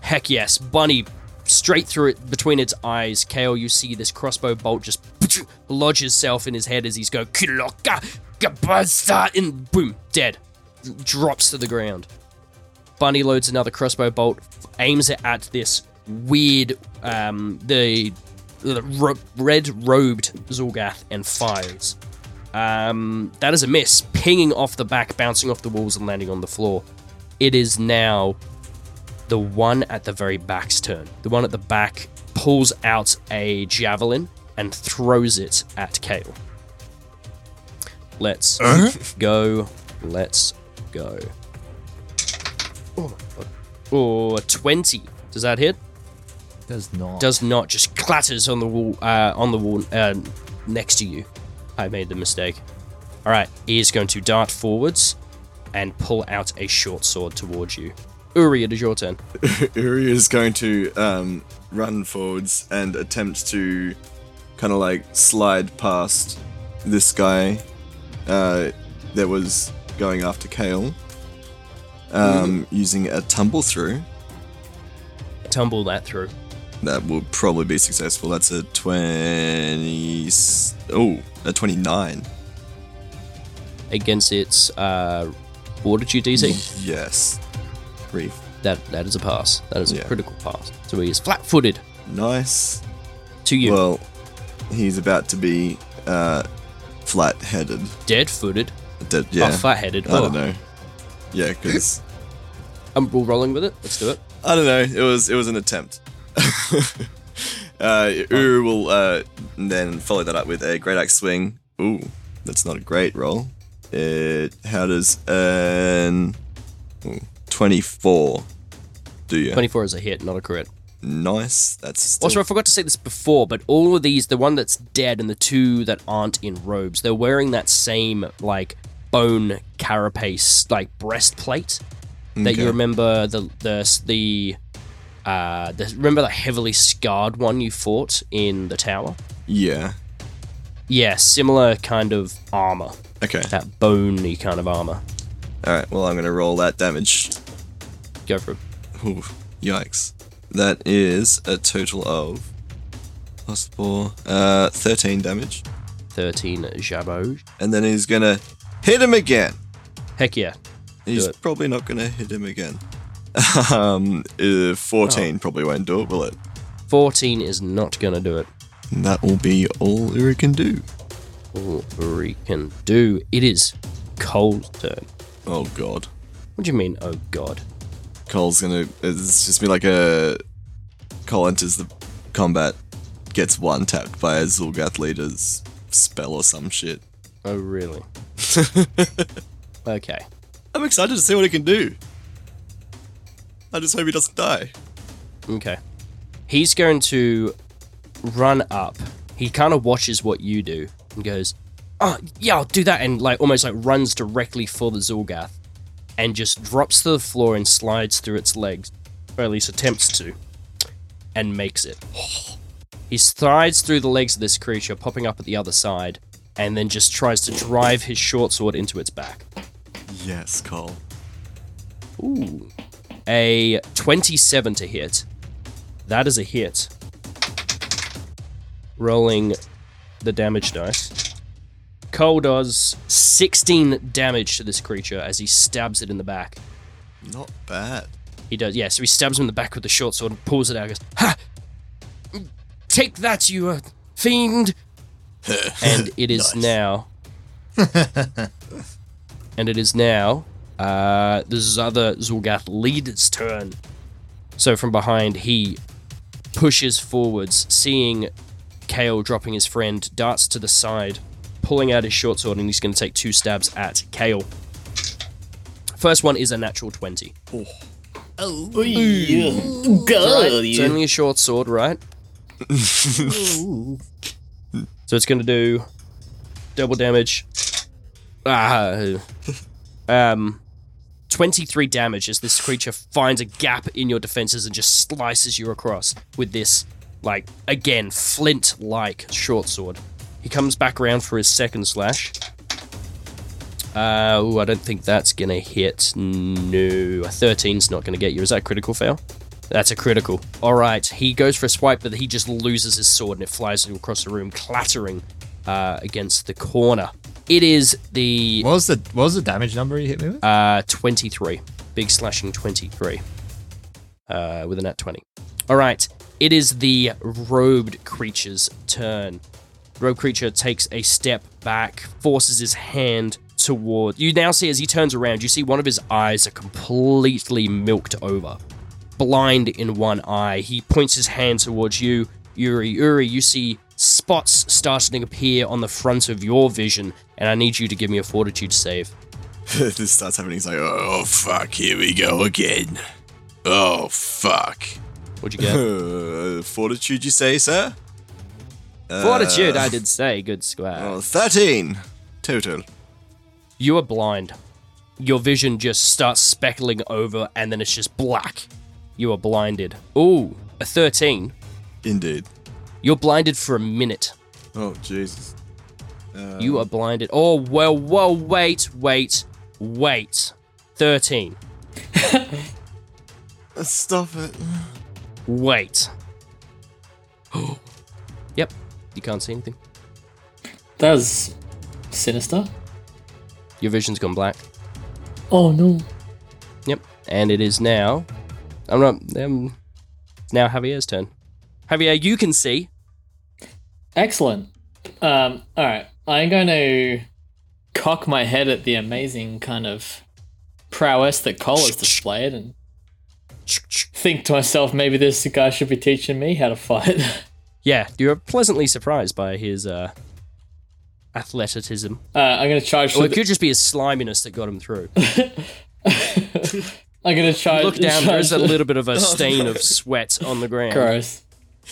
Heck yes, Bunny. Straight through it between its eyes, Kale, you see this crossbow bolt just [LAUGHS] lodge itself in his head as he's going "Kiloka, gabasta," and boom, dead. Drops to the ground. Bunny loads another crossbow bolt, f- aims it at this weird, um, the, the ro- red robed Zulgath, and fires. Um, that is a miss, pinging off the back, bouncing off the walls, and landing on the floor. it is now the one at the very back's turn. The one at the back pulls out a javelin and throws it at Kale. Let's go. Let's go. Oh, my God. Oh, a 20. Does that hit? Does not. does not just clatters on the wall uh, on the wall uh, next to you. I made the mistake. All right, he is going to dart forwards and pull out a short sword towards you. Uri, it is your turn. Uri is going to um, run forwards and attempt to kind of like slide past this guy uh, that was going after Kale um, Mm-hmm. using a tumble through. Tumble that through. That will probably be successful. That's a 20. s- Oh, a 29. against its uh, what did you DC? Yes. Reef. That that is a pass. That is a Yeah. critical pass. So he is flat-footed Nice. to you, Well, he's about to be uh, flat headed. dead-footed, Dead, yeah. oh, flat-headed. I don't oh. know. Yeah, because I'm roll rolling with it. Let's do it. I don't know. It was it was an attempt. [LAUGHS] uh, Uru will uh, then follow that up with a great axe swing. Ooh, that's not a great roll. It how does an twenty four do you? Twenty-four is a hit, not a crit. Nice. That's still- Also, I forgot to say this before, but all of these, the one that's dead and the two that aren't in robes, they're wearing that same, like, bone carapace, like, breastplate that you Okay. remember the, the, the, uh, the, remember that heavily scarred one you fought in the tower? yeah. Yeah, similar kind of armor. Okay. That bony kind of armor. All right. Well, I'm gonna roll that damage. Go for it. Ooh, yikes. That is a total of plus four, uh, thirteen damage. 13 Jabot. and then he's gonna hit him again. Heck yeah. He's it. probably not gonna hit him again. [LAUGHS] um, uh, 14 probably won't do it, will it? 14 is not gonna do it. And that will be all Uri can do. All we can do. It is Cole's turn. Oh god, What do you mean, oh god? Cole's gonna. It's just be like a. Cole enters the combat, gets one tapped by a Zulgath leader's spell or some shit. Oh, really? okay. I'm excited to see what he can do. I just hope he doesn't die. Okay. He's going to run up. He kind of watches what you do and goes, Oh, yeah, I'll do that. And like almost like runs directly for the Zulgath and just drops to the floor and slides through its legs, or at least attempts to, and makes it. [GASPS] He slides through the legs of this creature, popping up at the other side, and then just tries to drive his short sword into its back. Yes, Cole. a 27 to hit. That is a hit. Rolling the damage dice. Cole does 16 damage to this creature as he stabs it in the back. Not bad. He does, yeah, so he stabs him in the back with the short sword and pulls it out and goes, Ha! Take that, you uh, fiend! and it is now. and it is now uh, this other Zulgath leader's turn. So from behind, he pushes forwards, seeing Kale dropping his friend, darts to the side, pulling out his short sword, and he's going to take two stabs at Kale. First one is a natural 20. God, It's only a short sword, right? so it's going to do double damage. Ah, um, 23 damage as this creature finds a gap in your defenses and just slices you across with this, like, again, flint like short sword. He comes back around for his second slash. Uh, ooh, I don't think that's going to hit. No. A 13's not going to get you. Is that a critical fail? That's a critical. All right, he goes for a swipe, but he just loses his sword and it flies across the room, clattering uh, against the corner. It is the What was the what was the damage number you hit me with? uh, 23. Big slashing 23. Uh, with a nat 20. All right. It is the robed creature's turn. Robed creature takes a step back, forces his hand toward you now see as he turns around you see one of his eyes are completely milked over blind in one eye he points his hand towards you yuri yuri you see spots starting to appear on the front of your vision and i need you to give me a fortitude save [LAUGHS] this starts happening. He's like, oh fuck, here we go again. Oh [LAUGHS] fuck. what'd you get Uh, fortitude, you say, sir? fortitude i did say good square Oh, 13 total. You are blind. Your vision just starts speckling over and then it's just black. You are blinded. Ooh, a 13. Indeed. You're blinded for a minute. Oh Jesus. you are blinded. Oh, well, whoa, wait, wait, wait. 13. Stop it. Wait. [GASPS] yep, you can't see anything. That was sinister. Your vision's gone black. Oh no. Yep, and it is now. I'm not. Um, it's now Javier's turn. Javier, you can see. Excellent. Um, all right, I'm going to cock my head at the amazing kind of prowess that Cole has displayed, and think to myself, maybe this guy should be teaching me how to fight. [LAUGHS] Yeah, you're pleasantly surprised by his uh, athleticism. Uh, I'm going to charge. Or Through it the, Uh, could just be his sliminess that got him [LAUGHS] through. I'm going to charge. Look down, charge there's a the- little bit [LAUGHS] of a stain of sweat on the ground. Gross.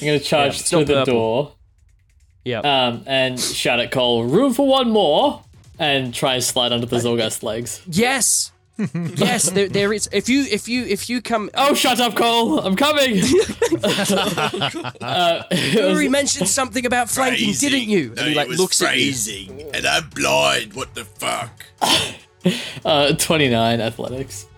I'm going to charge it's through not the purple. door Yeah. um, and shout at Cole, room for one more, and try and slide under the Zorgast legs. [LAUGHS] yes. yes, there, there is. If you, if you, if you come, oh, Oh, shut up, Cole! I'm coming! [LAUGHS] Uh, you already mentioned something about flanking, didn't you? And he like looks at you. And I'm blind. What the fuck? Uh, 29 athletics. at you.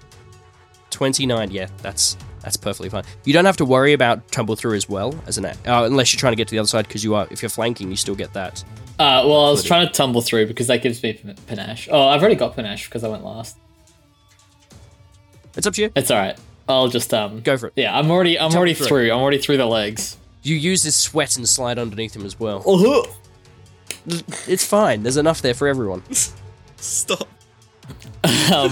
Twenty nine. Yeah, that's that's perfectly fine. You don't have to worry about tumble through as well as an act, uh, unless you're trying to get to the other side because you are. If you're flanking, you still get that. Uh, well, I was trying to tumble through because that gives me p- panache. Oh, I've already got panache because I went last. It's up to you. It's all right. I'll just um Go for it. Yeah, I'm already I'm already through through. it. I'm already through the legs. You use his sweat and slide underneath him as well. It's fine. There's enough there for [LAUGHS] everyone. Stop. All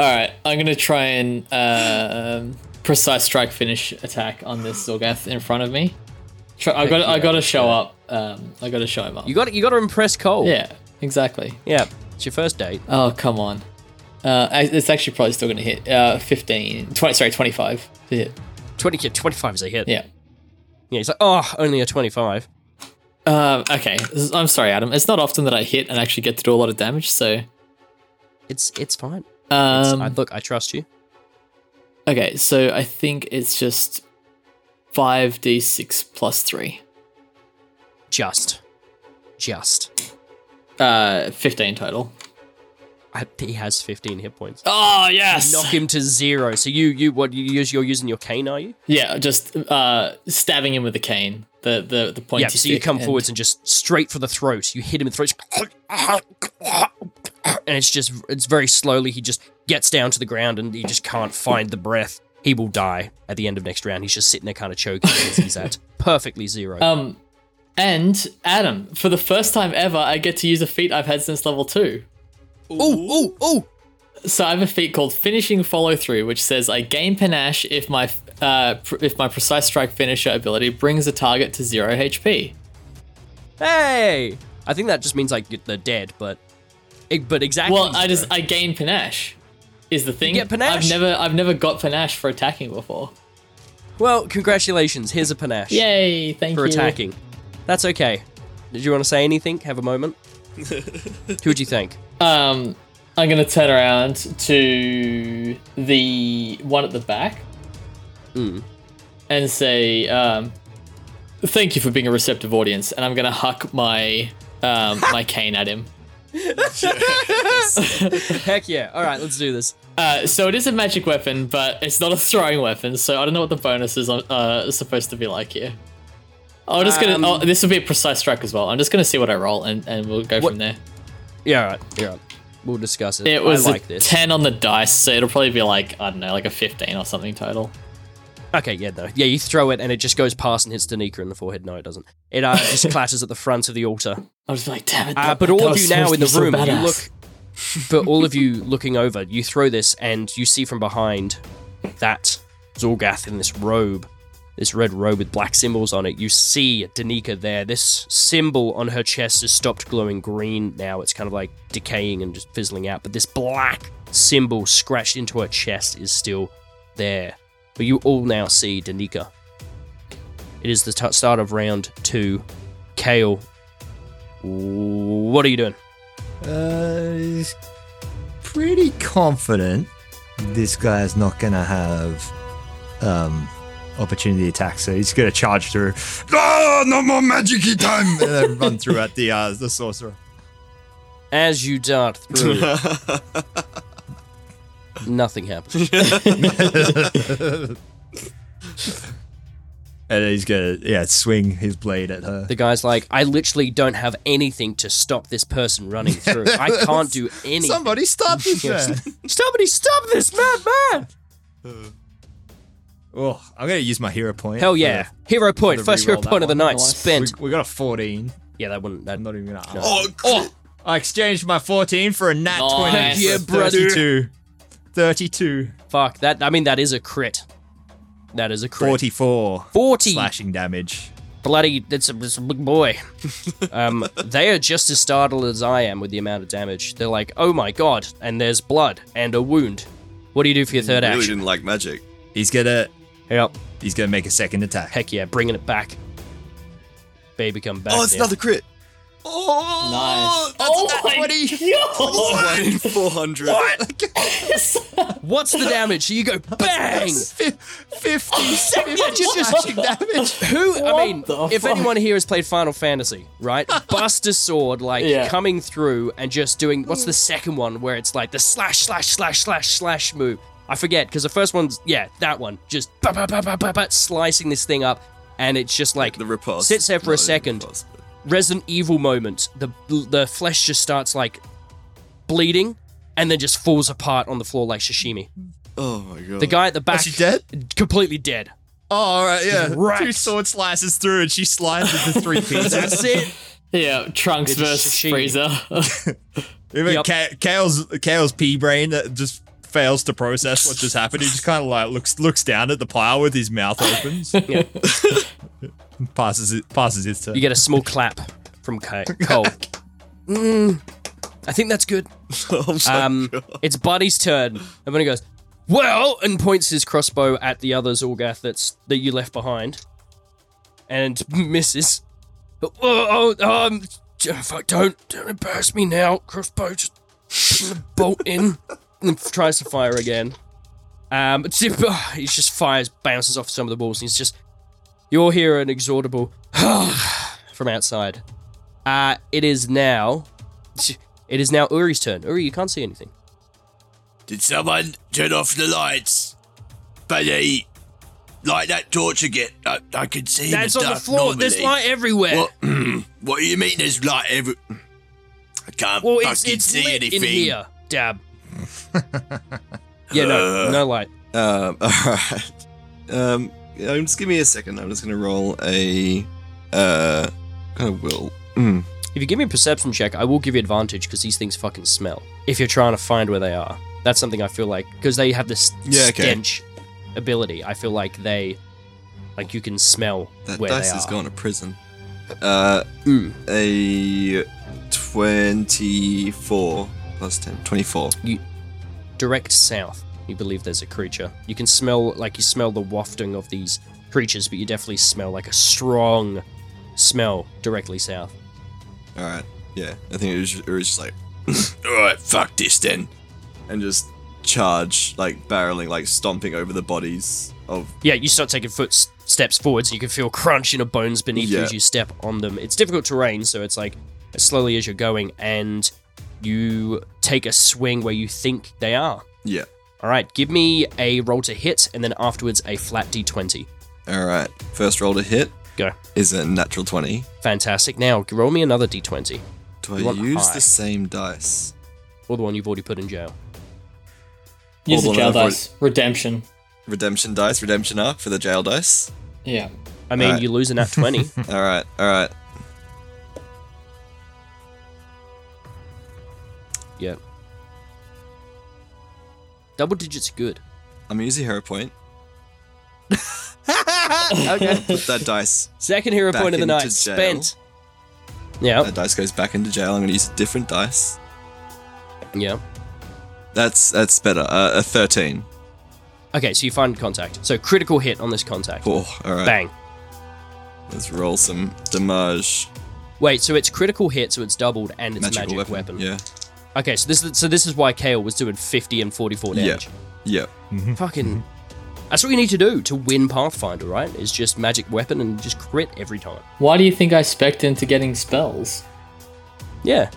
right, I'm gonna try and um, precise strike finish attack on this Zorgath in front of me. Try, I got to I got to show up. Um, I got to show him up. You got you got to impress Cole. yeah, exactly. Yeah. It's your first date. Oh come on. Uh, I- it's actually probably still gonna hit. Uh, 15, 20, sorry, 25 to hit. 20, yeah, 25 is a hit. Yeah. Yeah, he's like, oh, only a 25. Um, okay, This is- I'm sorry, Adam. It's not often that I hit and actually get to do a lot of damage, so. It's it's fine. Um, I, look, I trust you. okay, so I think it's just 5d6 plus 3. Just. Just. Uh, 15 total. I, he has 15 hit points. Oh, yes! Knock him to zero. So you, you what, you use, you're using your cane, are you? Yeah, just uh, stabbing him with a cane. The, the, the pointy Yeah, so you stick, come and- forwards and just straight for the throat. You hit him in the throat. And it's just, it's very slowly. He just gets down to the ground and he just can't find the breath. He will die at the end of next round. He's just sitting there kind of choking as [LAUGHS] he's at perfectly zero. Um, and, Adam, for the first time ever, I get to use a feat I've had since level 2. oh, oh, oh! So I have a feat called Finishing Follow Through, which says I gain panache if my uh, pr- if my precise strike finisher ability brings a target to zero HP. Hey! I think that just means like they're dead, but it- but exactly. Well, I just I gain panache is the thing. get panache? I've never I've never got panache for attacking before. well, congratulations. Here's a panache Yay! Thank for you attacking. That's okay. Did you want to say anything? Have a moment. Who'd you think? Um, I'm gonna turn around to the one at the back, Hmm. and say, um, "Thank you for being a receptive audience." And I'm gonna huck my um, my cane at him. Heck yeah! All right, let's do this. Uh, so it is a magic weapon, but it's not a throwing weapon. So I don't know what the bonus is uh, supposed to be like here. I'm just gonna. Um, oh, this will be a precise strike as well. I'm just gonna see what I roll, and, and we'll go What- from there. Yeah, all right. Yeah, all right. we'll discuss it. It was I like a this. ten on the dice, so it'll probably be like I don't know, like a fifteen or something total. Okay, yeah, no, yeah. You throw it and it just goes past and hits Danica in the forehead. No, it doesn't. [LAUGHS] It uh, just clatters at the front of the altar. I was like, damn it! Uh, that- but all that of was you now in the supposed to be room, so you badass. look, But all of you looking over, you throw this and you see from behind that Zorgath in this robe, this red robe with black symbols on it. You see Danica there. This symbol on her chest has stopped glowing green now. It's kind of like decaying and just fizzling out. But this black symbol scratched into her chest is still there. But you all now see Danica. It is the t- start of round two. Kale, what are you doing? Uh, pretty confident this guy's not gonna have um opportunity attack, so he's gonna charge through. [LAUGHS] Oh, no more magic time! and then run through at the uh, the sorcerer. As you dart [LAUGHS] through, nothing happens. And he's gonna yeah swing his blade at her. The guy's like, I literally don't have anything to stop this person running through. I [LAUGHS] can't do anything. Somebody stop this man! Somebody stop this madman! [LAUGHS] oh, I'm gonna use my hero point. Hell yeah. Hero point, the first hero reroll that point of the one. night Nice. We, spent. we got a 14. Yeah, that wouldn't. That, I'm not even gonna. ask. Oh, oh, I exchanged my 14 for a nat Nice. 20. Yeah, So brother. 32. 32. fuck, that. I mean, that is a crit. That is a crit. 44. 40 Slashing damage. bloody that's a, it's a big [LAUGHS] boy um, they are just as startled as i am with the amount of damage they're like oh my god and there's blood and a wound what do you do for your third really action didn't like magic. He's gonna yep he's gonna make a second attack. heck yeah bringing it back baby come back Oh, it's now. another crit. Nice. Oh, that's oh my god! [LAUGHS] [LAUGHS] one [LAUGHS] in 400. what's the damage you [LAUGHS] go bang [LAUGHS] 50 slashing damage. Who? I What mean, the if fuck? anyone here has played Final Fantasy, [LAUGHS] right? Buster Sword, like Yeah. coming through and just doing Oh. what's the second one where it's like the slash, slash, slash, slash, slash move. I forget because the first one's yeah that one just ba ba ba ba ba ba slicing this thing up, and it's just like The riposte. sits there for a Not even second. riposte, but- Resident Evil moment. The the flesh just starts like bleeding, and then just falls apart on the floor like sashimi. Oh my god. The guy at the back she dead? [LAUGHS] completely dead. Oh, all right, yeah. Right. Two sword slices through and she slides into [LAUGHS] three pieces. That's it. Yeah, Trunks It's versus sashimi. [LAUGHS] Frieza. Even Yep. Ka- Kale's Kale's pea brain that just fails to process what just happened. He just kind of like looks looks down at the pile with his mouth open. [LAUGHS] Yeah. [LAUGHS] passes it passes his turn. You get a small clap from Ka- [LAUGHS] Cole. mm, I think that's good. Oh [LAUGHS] my Um, it's Buddy's turn, and when he goes, "Well," and points his crossbow at the other Zorgath that's that you left behind, and [LAUGHS] misses. Oh, oh, oh, um, j- fuck, don't don't embarrass me now. Crossbow just puts the bolt in [LAUGHS] and tries to fire again. Um, it's- he just fires, bounces off some of the walls, and he's just. You'll hear an exhortable [SIGHS] from outside. Uh, it is now. It is now Uri's turn. Uri, you can't see anything. Did someone turn off the lights? Buddy, light that torch again. I, I can see in That's the on the dark floor. There's normally. light everywhere. What? [CLEARS THROAT] what do you mean? There's light every. I can't well, fucking it's it's see lit anything. in here. Dab. yeah, Uh. no, no light. Um, [LAUGHS] alright. Um, yeah, just give me a second. I'm just gonna roll a. Uh, I will. Mm. If you give me a perception check, I will give you advantage because these things fucking smell. If you're trying to find where they are, that's something I feel like because they have this Yeah, okay. stench ability. I feel like they, like you can smell That where dice they has are. gone to prison. Uh, Mm. a 24 plus 10. 24. direct south. You believe there's a creature. You can smell like you smell the wafting of these creatures, but you definitely smell like a strong smell directly south. Alright. Yeah. I think it was, it was just like. [LAUGHS] Alright, fuck this then. And just charge, like barreling, like stomping over the bodies of. Yeah, you start taking foot s- steps forwards, and you can feel crunch in your bones beneath you Yeah. as you step on them. It's difficult terrain, so it's like as slowly as you're going, and you take a swing where you think they are. Yeah. All right, give me a roll to hit, and then afterwards a flat d20. Alright. First roll to hit Go. is a natural 20. Fantastic. Now roll me another d20, Do You I want use high. the same dice? or the one you've already put in jail. Use the Hold on, jail I've already- dice. Redemption. Redemption dice, redemption arc for the [LAUGHS] jail dice. Yeah. I mean, Alright. you lose an at [LAUGHS] 20. All right, all right. yeah. Double digits are good. I'm gonna use a [LAUGHS] hero point. Okay. Put that dice. Second hero Back point of the into night jail. Uh, spent. Yeah, That dice goes back into jail. I'm gonna use a different dice. yeah. That's that's better. Uh, a thirteen. Okay, so you find contact. So critical hit on this contact. Oh, all right. Bang. Let's roll some damage. Wait, so it's critical hit, so it's doubled, and it's Magical magic weapon. weapon. Yeah. Okay, so this is so this is why Kale was doing fifty and forty-four damage. Yeah. Fucking. That's what you need to do to win Pathfinder, right? Is just magic weapon and just crit every time. Why do you think I spec'd into getting spells? Yeah.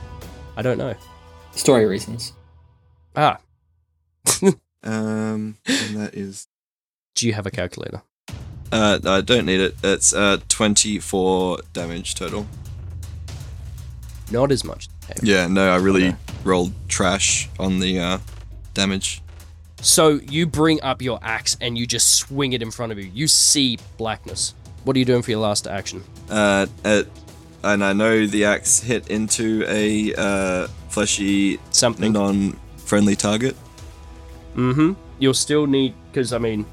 I don't know. Story reasons. Ah, [LAUGHS] Um, and that is. do you have a calculator? Uh, I don't need it. It's uh twenty-four damage total. Not as much. Yeah. No, I really rolled trash on the uh damage. So you bring up your axe and you just swing it in front of you. You see blackness. What are you doing for your last action? Uh, it, and I know the axe hit into a uh fleshy Something. non-friendly target. Mm-hmm. You'll still need because I mean,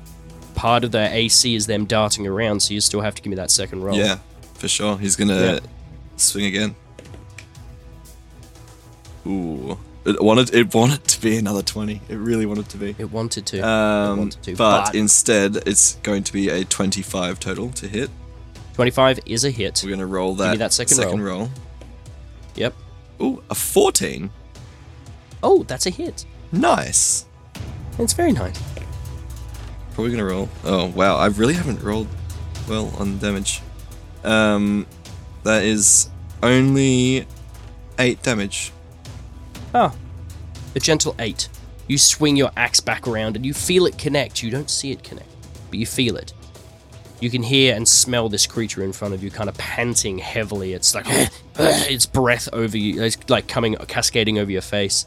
part of their AC is them darting around, so you still have to give me that second roll. Yeah, for sure. He's gonna swing again. Ooh, it wanted it wanted to be another twenty. It really wanted to be. It wanted to. it Um, wanted to. but instead, it's going to be a twenty-five total to hit. 25 is a hit. We're gonna roll that, me that second roll. Yep. Ooh, a fourteen. Oh, that's a hit. Nice. It's very nice. Probably gonna roll. Oh wow, I really haven't rolled well on damage. Um, that is only eight damage. Oh, a gentle eight. You swing your axe back around and you feel it connect. You don't see it connect, but you feel it. You can hear and smell this creature in front of you, kind of panting heavily. It's like [GASPS] its breath over you, it's like coming cascading over your face.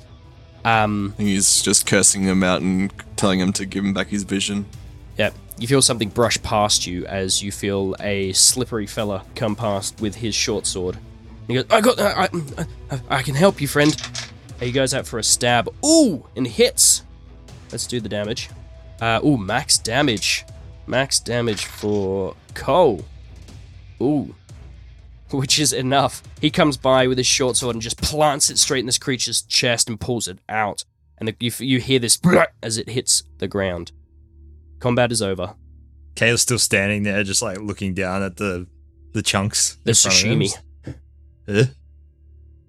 Um, And He's just cursing him out and telling him to give him back his vision. yeah, you feel something brush past you as you feel a slippery fella come past with his short sword. And he goes, "I got, I, I, I can help you, friend." And he goes out for a stab. Ooh, and hits. Let's do the damage. Uh, ooh, max damage. Max damage for Cole. Ooh. [LAUGHS] Which is enough. He comes by with his short sword and just plants it straight in this creature's chest and pulls it out. And the, you, you hear this [LAUGHS] as it hits the ground. Combat is over. Kale's still standing there, just like looking down at the the chunks. The in front of him. sashimi. Eh?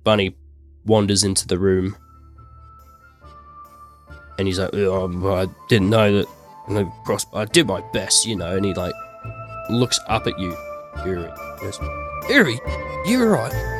Bunny wanders into the room. And he's like, "Oh, um, I didn't know that. No cross. I did my best, you know. And he like looks up at you, Yuri. He goes, Yuri, you're right.